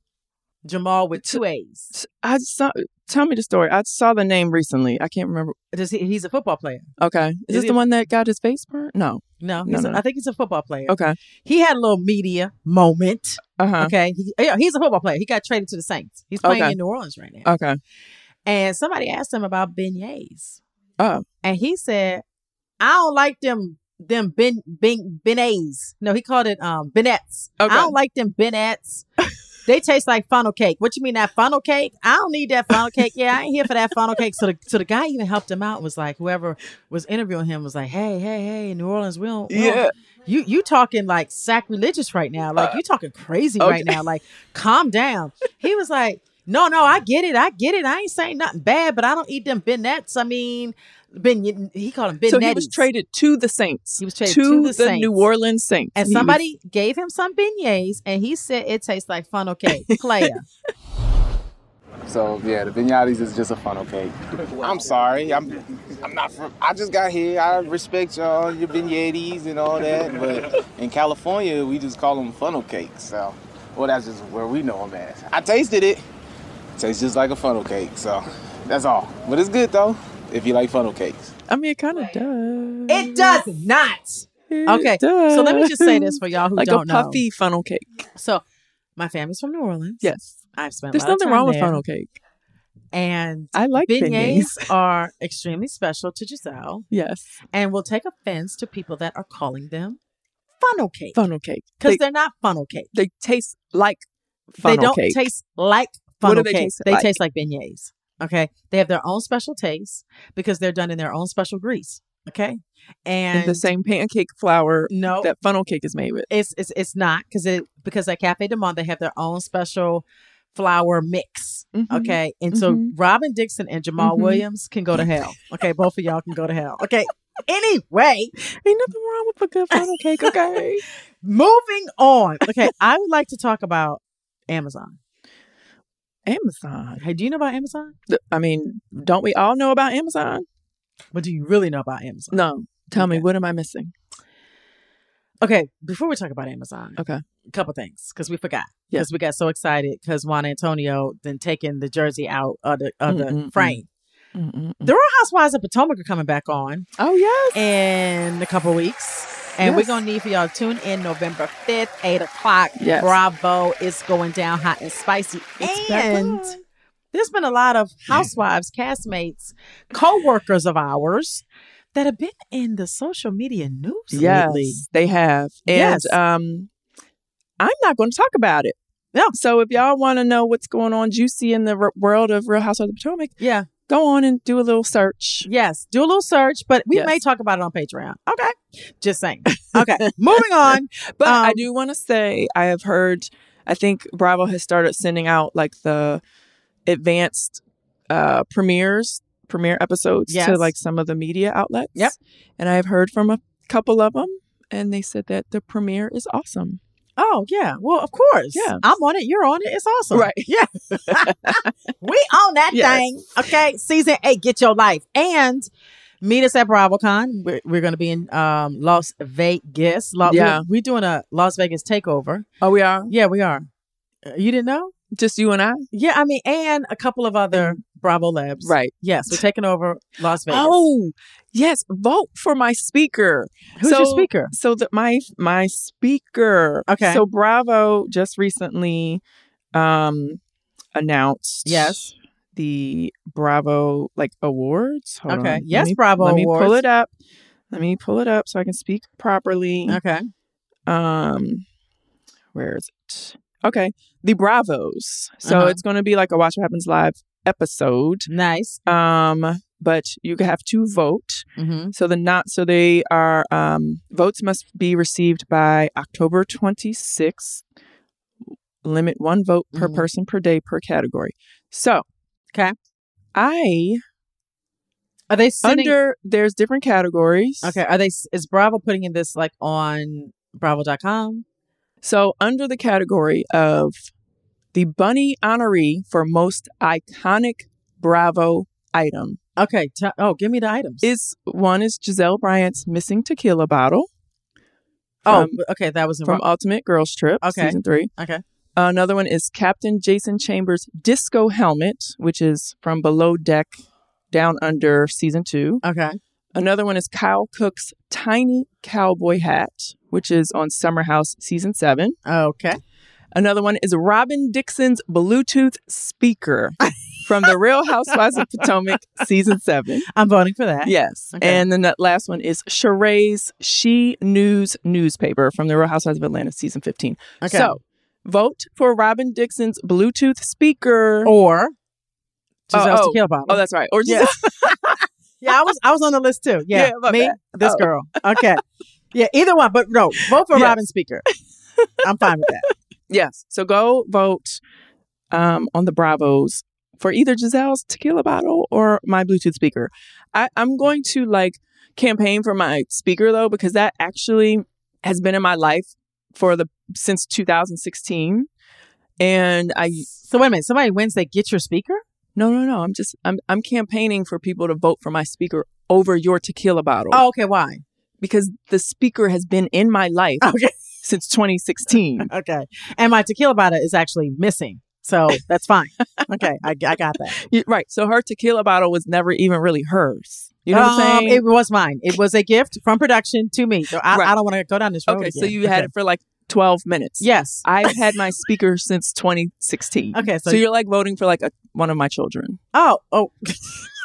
D: Jamal with two A's.
C: I saw. Tell me the story. I saw the name recently. I can't remember.
D: Does he, he's a football player.
C: Okay,
D: Is
C: is, this
D: he-
C: the one that got his face burnt? No.
D: No,
C: No,
D: he's a-
C: no, no.
D: I think he's a football player.
C: Okay.
D: He had a little media moment.
C: Uh-huh.
D: Okay. He- yeah, he's a football player. He got traded to the Saints. He's playing
C: Okay.
D: in New Orleans right now.
C: Okay.
D: And somebody asked him about beignets.
C: Oh.
D: And he said, I don't like them them ben, ben beignets. No, he called it um beignets.
C: Okay.
D: I don't like them beignets. they taste like funnel cake. What you mean that funnel cake? I don't need that funnel cake. Yeah, I ain't here for that funnel cake. So the so the guy even helped him out and was like, whoever was interviewing him was like, Hey, hey, hey, in New Orleans, we don't, we don't-
C: Yeah.
D: you you talking like sacrilegious right now. Like you talking crazy
C: Uh, okay.
D: right now. Like calm down. He was like, no, no, I get it. I get it. I ain't saying nothing bad, but I don't eat them beignets. I mean, ben, he called them beignets.
C: So he was traded to the Saints. He
D: was traded to the Saints.
C: New Orleans Saints.
D: and
C: He was-
D: somebody gave him some beignets, and he said it tastes like funnel cake. Player.
M: So yeah, the Vignatis is just a funnel cake. I'm sorry, I'm I'm not from. I just got here. I respect y'all, your vignettes and all that, but in California we just call them funnel cakes. So, well, that's just where we know them as. I tasted it. tastes just like a funnel cake. So, that's all. But it's good though if you like funnel cakes.
C: I mean, it kind of does.
D: It does not. Okay, so let me just say this for y'all who
C: like
D: don't
C: a
D: know.
C: puffy funnel cake.
D: So, my family's from New Orleans.
C: Yes,
D: I've spent.
C: There's
D: a lot of
C: nothing
D: time
C: wrong with
D: there.
C: funnel cake.
D: and
C: I like
D: beignets,
C: beignets.
D: are extremely special to Giselle.
C: Yes,
D: and will take offense to people that are calling them funnel cake
C: funnel cake
D: because
C: They-
D: they, are not funnel cake.
C: They taste like
D: They
C: funnel
D: don't
C: cake.
D: taste like
C: What
D: funnel
C: do they
D: cake.
C: taste
D: they
C: like?
D: taste like beignets. Okay, they have their own special taste because they're done in their own special grease. Okay, and
C: the same pancake flour
D: No.
C: that funnel cake is made with.
D: It's it's it's not because it because at Cafe de Monde they have their own special flour mix.
C: Mhm.
D: Okay. And so
C: Mhm.
D: Robin Dixon and Jamal
C: Mhm.
D: Williams can go to hell. Okay, both of y'all can go to hell. Okay. Anyway.
C: Ain't nothing wrong with a good funnel cake, okay?
D: Moving on. Okay, I would like to talk about Amazon.
C: Amazon.
D: Hey, do you know about Amazon?
C: Th- I mean, don't we all know about Amazon?
D: But do you really know about Amazon?
C: No. Tell me, what am I missing?
D: Okay, before we talk about Amazon,
C: Okay.
D: a couple things because we forgot
C: Yeah.
D: because we got so excited because Juan Antonio then taking the jersey out of the of the
C: Mm-mm-mm.
D: frame. The Real Housewives of Potomac are coming back on
C: Oh yes.
D: in a couple weeks, and we're
C: Yes.
D: gonna need for y'all to tune in November fifth, eight o'clock.
C: Yes.
D: Bravo! It's going down hot and spicy, and. there's been a lot of housewives, castmates, co-workers of ours that have been in the social media news
C: Yes,
D: lately.
C: they have. And
D: Yes.
C: um I'm not going to talk about it.
D: No.
C: So if y'all want to know what's going on juicy in the r- world of Real Housewives of Potomac,
D: Yeah.
C: go on and do a little search.
D: Yes, do a little search, but we
C: Yes.
D: may talk about it on Patreon. Okay. Just saying. Okay. Um, Moving on.
C: But I do want to say I have heard. I think Bravo has started sending out like the advanced uh, premieres, premiere episodes to
D: Yes.
C: like some of the media outlets. Yep. And I have heard from a couple of them, and they said that the premiere is awesome.
D: Oh, yeah. Well, of course.
C: Yeah.
D: I'm on it. You're on it. It's awesome.
C: Right.
D: Yeah. we own that
C: Yes.
D: thing. Okay. Season eight, get your life. And meet us at BravoCon. We're, we're going to be in um, Las Vegas. La-
C: Yeah.
D: We're, we're doing a Las Vegas takeover.
C: Oh, we are.
D: Yeah, we are. Uh, You didn't know?
C: Just you and I.
D: Yeah. I mean, and a couple of other Bravo Labs.
C: Right.
D: Yes. We're taking over Las Vegas.
C: Oh, yes. Vote for my speaker.
D: Who's your speaker?
C: So that my my speaker.
D: Okay.
C: So Bravo just recently um announced
D: Yes.
C: the Bravo like awards. Hold
D: Okay.
C: on. Let
D: Yes, Bravo
C: Let me pull
D: Awards.
C: it up. Let me pull it up so I can speak properly.
D: Okay.
C: Um where is it? Okay. The Bravos. So
D: Uh-huh.
C: it's going to be like a Watch What Happens Live episode.
D: Nice.
C: Um, but you have to vote.
D: Mm-hmm.
C: So the not so they are um, votes must be received by October 26th. Limit one vote per person per day per category. So
D: Mm-hmm. okay,
C: I
D: are they sending-
C: under there's different categories.
D: Okay. Are they, is Bravo putting in this like on Bravo.com?
C: So under the category of the bunny honoree for most iconic Bravo item.
D: Okay. T- oh, give me the items.
C: Is one is Giselle Bryant's missing tequila bottle.
D: Oh,
C: from-
D: okay. That was in
C: from
D: Ro-
C: Ultimate Girls Trip,
D: Okay.
C: season three.
D: Okay.
C: Another one is Captain Jason Chambers' disco helmet, which is from Below Deck Down Under, season two.
D: Okay.
C: Another one is Kyle Cook's tiny cowboy hat, which is on Summer House, season seven.
D: Okay.
C: Another one is Robin Dixon's Bluetooth speaker from The Real Housewives of Potomac, season seven.
D: I'm voting for that.
C: Yes.
D: Okay.
C: And then that last one is Sheree's She News newspaper from the Real Housewives of Atlanta season 15.
D: Okay.
C: So vote for Robin Dixon's Bluetooth speaker.
D: Or
C: oh,
D: Giselle's
C: oh.
D: tequila bottle.
C: Oh, that's right. Or
D: Yeah.
C: Giselle.
D: yeah, I was I was on the list too. Yeah,
C: Yeah, my
D: me,
C: bad.
D: this
C: Oh.
D: girl. Okay. Yeah, either one, but no, vote for
C: Yes.
D: Robin Speaker. I'm fine with that.
C: yes. So go vote um, on the Bravos for either Giselle's tequila bottle or my Bluetooth speaker. I, I'm going to like campaign for my speaker though, because that actually has been in my life for the since 2016. And I
D: So wait a minute, somebody Wednesday get your speaker?
C: No, no, no. I'm just I'm I'm campaigning for people to vote for my speaker over your tequila bottle.
D: Oh, okay, why?
C: Because the speaker has been in my life
D: Okay.
C: since 2016.
D: Okay. And my tequila bottle is actually missing. So that's fine. Okay, I, I got that.
C: You- right. So her tequila bottle was never even really hers. You know what I'm
D: Um,
C: saying?
D: It was mine. It was a gift from production to me. So I,
C: Right.
D: I don't want to go down this road.
C: oh, okay, so
D: again.
C: you had
D: Okay.
C: it for like 12 minutes.
D: Yes.
C: I've had my speaker since 2016.
D: Okay, so-
C: so, you're like voting for like a, one of my children.
D: Oh, oh.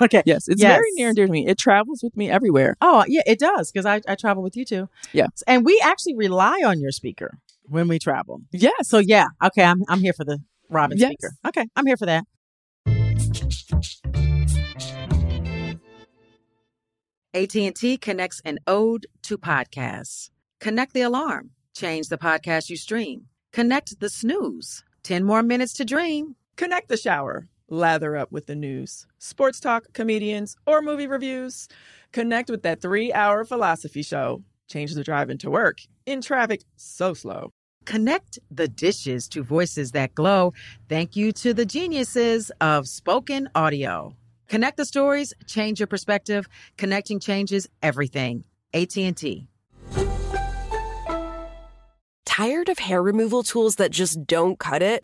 D: okay.
C: Yes, it's
D: Yes.
C: very near and dear to me. It travels with me everywhere.
D: Oh, yeah, it does because I, I travel with you too.
C: Yeah.
D: And we actually rely on your speaker when we travel.
C: Yes.
D: So, yeah. Okay. I'm, I'm here for the Robin
C: Yes.
D: speaker. Okay. I'm here for that.
B: AT&T connects an ode to podcasts. Connect the alarm, change the podcast you stream. Connect the snooze, 10 more minutes to dream.
C: Connect the shower. Lather up with the news. Sports talk, comedians, or movie reviews. Connect with that three hour philosophy show. Change the drive into work. In traffic, so slow.
B: Connect the dishes to voices that glow. Thank you to the geniuses of spoken audio. Connect the stories, change your perspective. Connecting changes everything. AT&T.
A: Tired of hair removal tools that just don't cut it?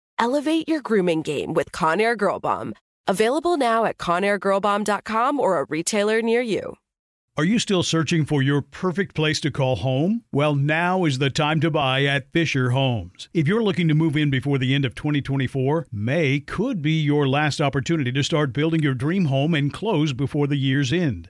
A: Elevate your grooming game with Conair Girl Bomb. Available now at conairgirlbomb.com or a retailer near you.
E: Are you still searching for your perfect place to call home? Well, now is the time to buy at Fisher Homes. If you're looking to move in before the end of 2024, May could be your last opportunity to start building your dream home and close before the year's end.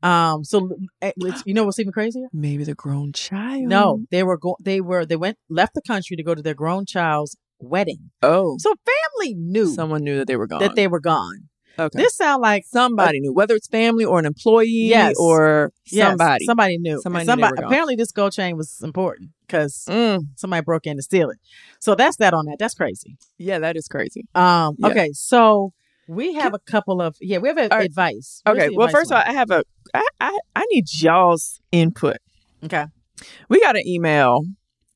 D: Um. So eh, it's- you know what's even crazier?
C: Maybe the grown child.
D: No, they were go- They were. They went left the country to go to their grown child's wedding.
C: Oh,
D: So family knew
C: someone knew that they were gone.
D: that they were gone.
C: okay.
D: This sound like
C: somebody knew, whether it's family or an employee
D: Yes.
C: or
D: Yes,
C: somebody.
D: somebody knew. And
C: Somebody, knew they
D: somebody-
C: were gone.
D: apparently this gold chain was important because
C: Mm.
D: somebody broke in to steal it. So that's that on that. That's crazy.
C: Yeah, that is crazy.
D: Um.
C: Yeah.
D: Okay. So we have a couple of yeah. We have a,
C: All right.
D: advice. Where's
C: Okay.
D: the
C: Well,
D: advice
C: first of all, I have a. I, I I need y'all's input.
D: one? okay.
C: We got an email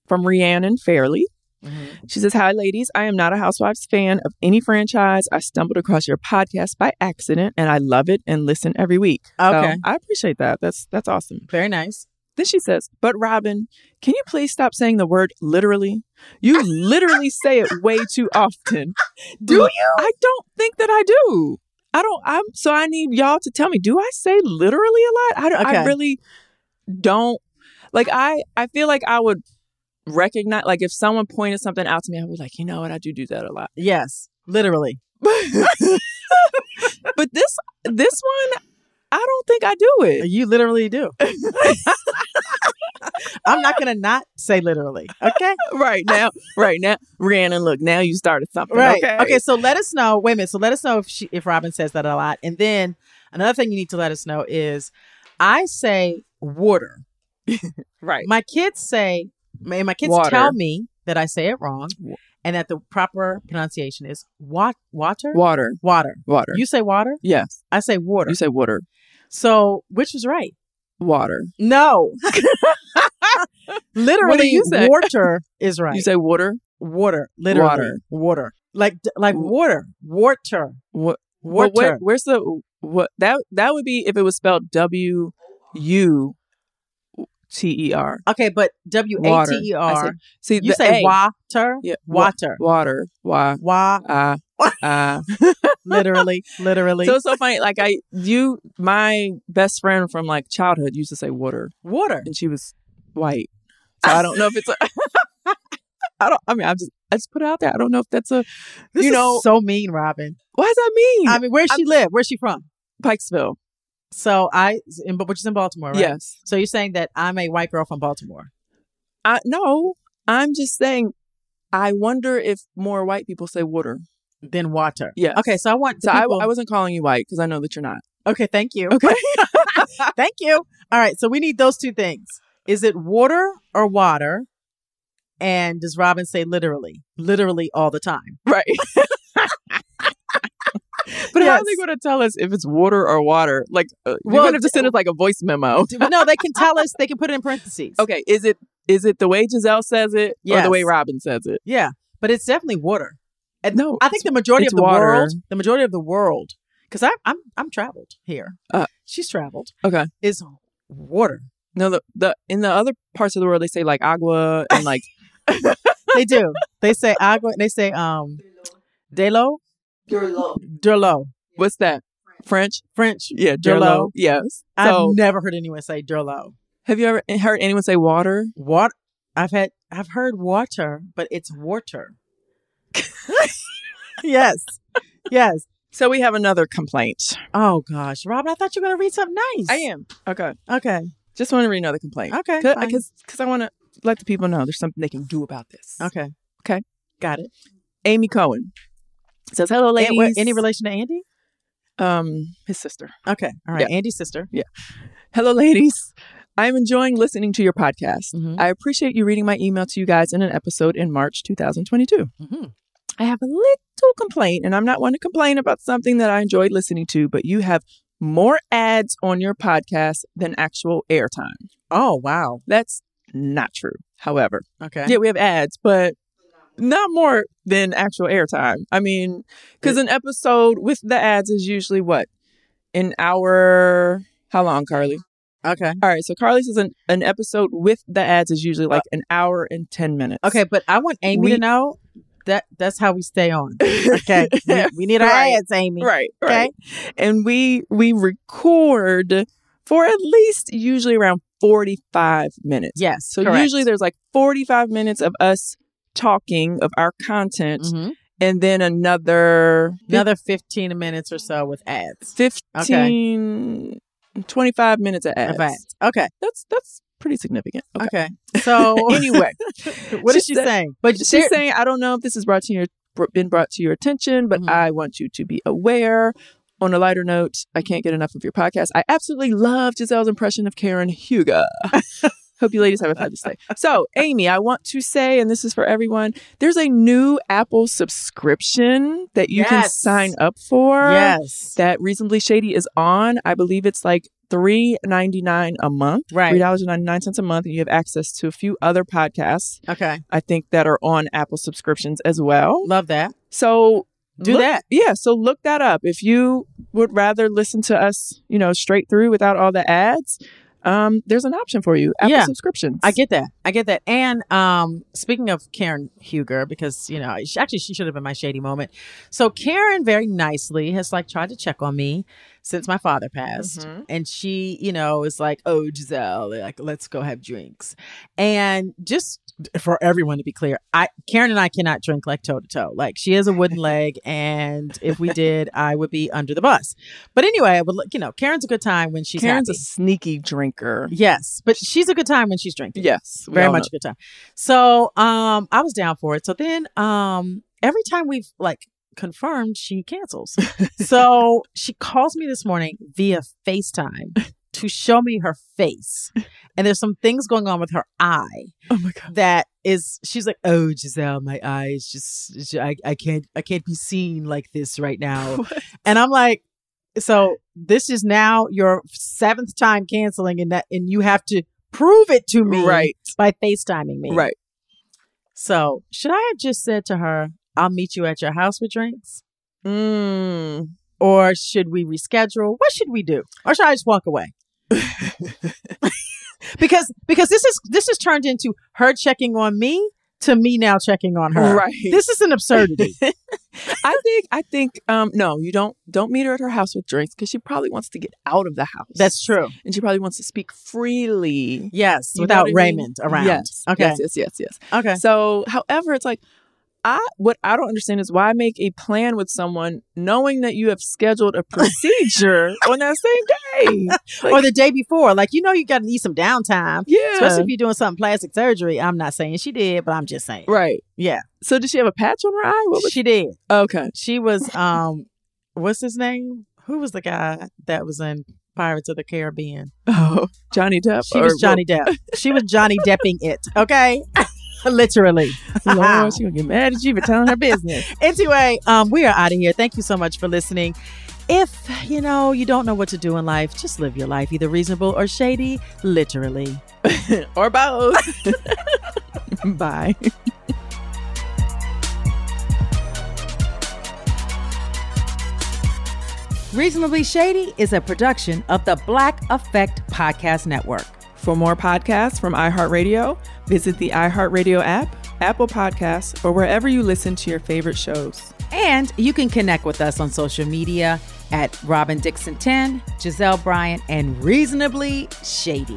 C: from Rhiannon Fairley.
D: Mm-hmm.
C: She says, Hi, ladies. I am not a Housewives fan of any franchise. I stumbled across your podcast by accident and I love it and listen every week. So,
D: Okay.
C: I um, appreciate that. That's that's awesome.
D: Very nice.
C: Then she says, But Robin, can you please stop saying the word literally? You literally say it way too often.
D: Do you?
C: I don't think that I do. I don't I'm so I need y'all to tell me, do I say literally a lot? I don't I
D: Okay.
C: really don't like I I feel like I would recognize like if someone pointed something out to me, I'd be like, you know what, I do do that a lot.
D: Yes. Literally.
C: But this this one, I don't think I do it.
D: You literally do. I'm not gonna not say literally. Okay.
C: Right now, right now, Rhiannon, look, now you started something.
D: Right.
C: Okay.
D: Okay. So let us know. Wait a minute. So let us know if she, if Robin says that a lot. And then another thing you need to let us know is, I say water.
C: Right.
D: My kids say, my- my kids
C: Water.
D: tell me that I say it wrong, and that the proper pronunciation is wa- water.
C: Water.
D: Water.
C: Water.
D: You say water.
C: Yes.
D: I say water.
C: You say water.
D: So which was right?
C: Water.
D: No. literally,
C: you say?
D: water is right.
C: You say water.
D: water. Literally,
C: Water.
D: water. Like like water. Water.
C: What?
D: Water.
C: where's the what? That that would be if it was spelled W U T E R.
D: Okay, but W A
C: Water.
D: T E
C: I
D: R.
C: said- See,
D: You
C: the
D: say
C: A.
D: water.
C: Yeah, wa-
D: Water.
C: Water. Wa.
D: Wa.
C: Ah. Ah.
D: Literally. Literally.
C: So it's so funny. Like I, you, my best friend from like childhood used to say water,
D: water.
C: and she was white. So I don't know if it's. A, I don't. I mean, I just I just put it out there. I don't know if that's a.
D: This
C: you
D: is
C: know,
D: so mean, Robin.
C: what does that mean?
D: I mean, where she live? Where's she from?
C: Pikesville.
D: So I, in, which is in Baltimore, right?
C: Yes.
D: So you're saying that I'm a white girl from Baltimore?
C: I no. I'm just saying. I wonder if more white people say water.
D: Then water.
C: Yes.
D: Okay, so I want.
C: So
D: the
C: I,
D: people-
C: I wasn't calling you white because I know that you're not.
D: Okay, thank you.
C: Okay.
D: thank you. All right, so we need those two things. Is it water or water? And does Robin say literally? Literally all the time.
C: Right. But how are they
D: Yes.
C: going to tell us if it's water or water? Like, uh, you're
D: Well,
C: going to have to send us like a voice memo.
D: no, they can tell us. They can put it in parentheses.
C: Oh. Okay, is it is it the way Giselle says it or
D: Yes.
C: the way Robin says it?
D: Yeah, but it's definitely water. And
C: Uh, No,
D: I think the majority
C: it's
D: of the
C: water.
D: world, the majority of the world, because I'm I'm I'm traveled here.
C: Uh,
D: She's traveled.
C: Okay.
D: Is water.
C: No, the, the in the other parts of the world they say like agua and like
D: They do. they say agua. They say um, de lo. Durlo.
C: what's that? French?
D: French.
C: Yeah,
D: Durlo.
C: Durlo. Yes.
D: I've
C: So,
D: never heard anyone say Durlo.
C: have you ever heard anyone say water?
D: Water. I've had I've heard water, but it's water. yes. Yes.
C: So we have another complaint.
D: Oh gosh, Robin, I thought you were gonna read something nice.
C: I am. Okay.
D: Okay.
C: Just want to read another complaint.
D: Okay, fine.
C: Because I want to let the people know there's something they can do about this.
D: Okay.
C: Okay.
D: Got it.
C: Amy Cohen says, "Hello,
D: And
C: ladies."
D: what- any relation to Andy?
C: Um, his sister.
D: Okay. All right.
C: Yeah.
D: Andy's sister.
C: Yeah. Hello, ladies. I'm enjoying listening to your podcast. I appreciate you reading my email to you guys in an episode in March 2022. I have a little complaint, and I'm not one to complain about something that I enjoyed listening to, but you have more ads on your podcast than actual airtime.
D: Oh wow.
C: That's not true. However,
D: Okay.
C: yeah, we have ads, but not more than actual airtime. I mean, because an episode with the ads is usually what? An hour. How long, Carly?
D: Okay.
C: All right. So Carly says an, an episode with the ads is usually like an hour and 10 minutes.
D: Okay, but I want Amy
C: We-
D: to know that that's how we stay on. Okay. we, we need our
C: Right.
D: ads, Amy.
C: Right.
D: Okay.
C: Right. And we we record for at least usually around 45 minutes.
D: Yes.
C: So
D: correct.
C: usually there's like 45 minutes of us talking of our content and then another
D: Mm-hmm. another 15 minutes or so with ads.
C: 15 25 minutes of ads.
D: Of ads. Okay.
C: That's that's pretty significant. Okay.
D: Okay. So
C: anyway,
D: what is
C: Just
D: she
C: that-
D: saying? But
C: she's
D: there-
C: saying, I don't know if this has brought to your br- been brought to your attention,
D: Mm-hmm.
C: but I want you to be aware. On a lighter note, I can't get enough of your podcast. I absolutely love Giselle's impression of Karen Huga. Hope you ladies have a fabulous day. So, Amy, I want to say, and this is for everyone, there's a new Apple subscription that you can
D: Yes.
C: sign up for.
D: Yes.
C: That Reasonably Shady is on. I believe it's like three ninety nine a month.
D: Right.
C: Three dollars and ninety nine cents a month, and you have access to a few other podcasts.
D: Okay.
C: I think that are on Apple subscriptions as well.
D: Love that.
C: So
D: Do
C: look-
D: that.
C: Yeah. So look that up. If you would rather listen to us, you know, straight through without all the ads, um, there's an option for you. Apple
D: Yeah.
C: subscriptions.
D: I get that. I get that. And um, speaking of Karen Huger, because you know, she, actually, she should have been my shady moment. So Karen very nicely has like tried to check on me since my father passed,
C: Mm-hmm.
D: and she, you know, is like, "Oh, Giselle, like let's go have drinks," and just for everyone to be clear, I Karen and I cannot drink like toe to toe. Like she has a wooden leg, and if we did, I would be under the bus. But anyway, I would look, you know, Karen's a good time when she's
C: Karen's
D: happy.
C: a sneaky drinker.
D: Yes, but she's a good time when she's drinking.
C: Yes. we
D: very
C: all
D: much a good time. So um I was down for it. So then um every time we've like confirmed she cancels. so she calls me this morning via FaceTime to show me her face. And there's some things going on with her eye
C: know. Oh my God.
D: that is she's like, "Oh, Giselle, my eye is just I, I can't I can't be seen like this right now." and I'm like, "So this is now your seventh time canceling, and that and you have to prove it to me
C: Right.
D: by FaceTiming me,
C: Right.
D: So should I have just said to her, "I'll meet you at your house with drinks,"
C: Mm.
D: or should we reschedule? What should we do, or should I just walk away? because because this is this is turned into her checking on me to me now checking on her.
C: Right.
D: This is an absurdity.
C: I think I think um no, you don't don't meet her at her house with drinks because she probably wants to get out of the house.
D: That's true.
C: and she probably wants to speak freely
D: Yes,
C: You know
D: without
C: what I mean?
D: Raymond around.
C: Yes.
D: Okay.
C: Yes, yes, yes, yes.
D: Okay.
C: So, however, it's like I what I don't understand is why make a plan with someone knowing that you have scheduled a procedure on that same day. Like,
D: or the day before, like you know, you got to need some downtime.
C: yeah,
D: Especially if you're doing something plastic surgery. I'm not saying she did, but I'm just saying.
C: right.
D: Yeah,
C: So, did she have a patch on her eye? What was
D: she did.
C: okay?
D: She was um, what's his name? Who was the guy that was in Pirates of the Caribbean?
C: Oh, Johnny Depp.
D: She
C: or-
D: was Johnny Depp. She was Johnny Depping it. Okay, literally.
C: Lord, she gonna get mad at you for telling her business.
D: anyway, um, we are out of here. Thank you so much for listening. If you know you don't know what to do in life, just live your life, either reasonable or shady, literally.
C: or both. Bye.
B: Reasonably Shady is a production of the Black Effect Podcast Network.
C: For more podcasts from iHeartRadio, visit the iHeartRadio app, Apple Podcasts, or wherever you listen to your favorite shows.
B: And you can connect with us on social media at Robin Dixon 10, Giselle Bryant, and Reasonably Shady.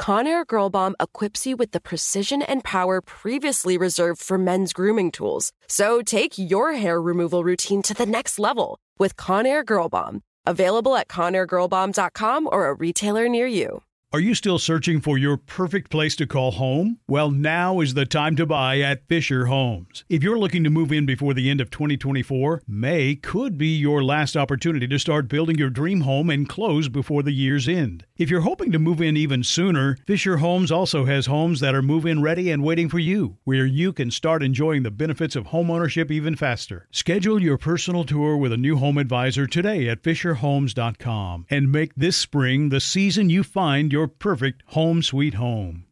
A: Conair Girl Bomb equips you with the precision and power previously reserved for men's grooming tools. So take your hair removal routine to the next level with Conair Girl Bomb. Available at conairgirlbomb.com or a retailer near you.
E: Are you still searching for your perfect place to call home? Well, now is the time to buy at Fisher Homes. If you're looking to move in before the end of 2024, May could be your last opportunity to start building your dream home and close before the year's end. If you're hoping to move in even sooner, Fisher Homes also has homes that are move in ready and waiting for you, where you can start enjoying the benefits of homeownership even faster. Schedule your personal tour with a new home advisor today at FisherHomes.com and make this spring the season you find your perfect home sweet home.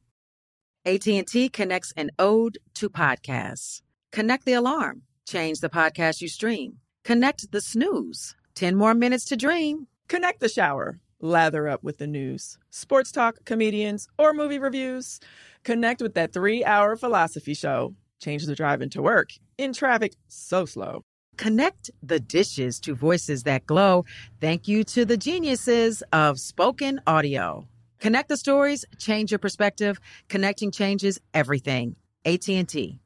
B: AT&T connects an ode to podcasts. Connect the alarm, change the podcast you stream. Connect the snooze, 10 more minutes to dream.
C: Connect the shower. Lather up with the news, sports talk, comedians, or movie reviews. Connect with that three hour philosophy show. Change the drive into work. In traffic, so slow.
B: Connect the dishes to voices that glow. Thank you to the geniuses of spoken audio. Connect the stories, change your perspective. Connecting changes everything. AT&T.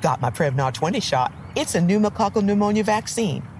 G: Got my Prevnar 20 shot. It's a pneumococcal pneumonia vaccine.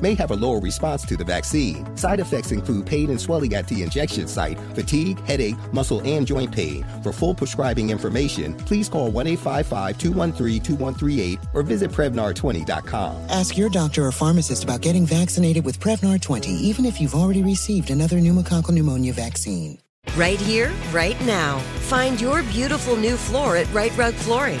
N: may have a lower response to the vaccine. Side effects include pain and swelling at the injection site, fatigue, headache, muscle, and joint pain. For full prescribing information, please call 1 855 213 2138 or visit Prevnar20.com.
O: Ask your doctor or pharmacist about getting vaccinated with Prevnar 20, even if you've already received another pneumococcal pneumonia vaccine.
P: Right here, right now. Find your beautiful new floor at Right Rug Flooring.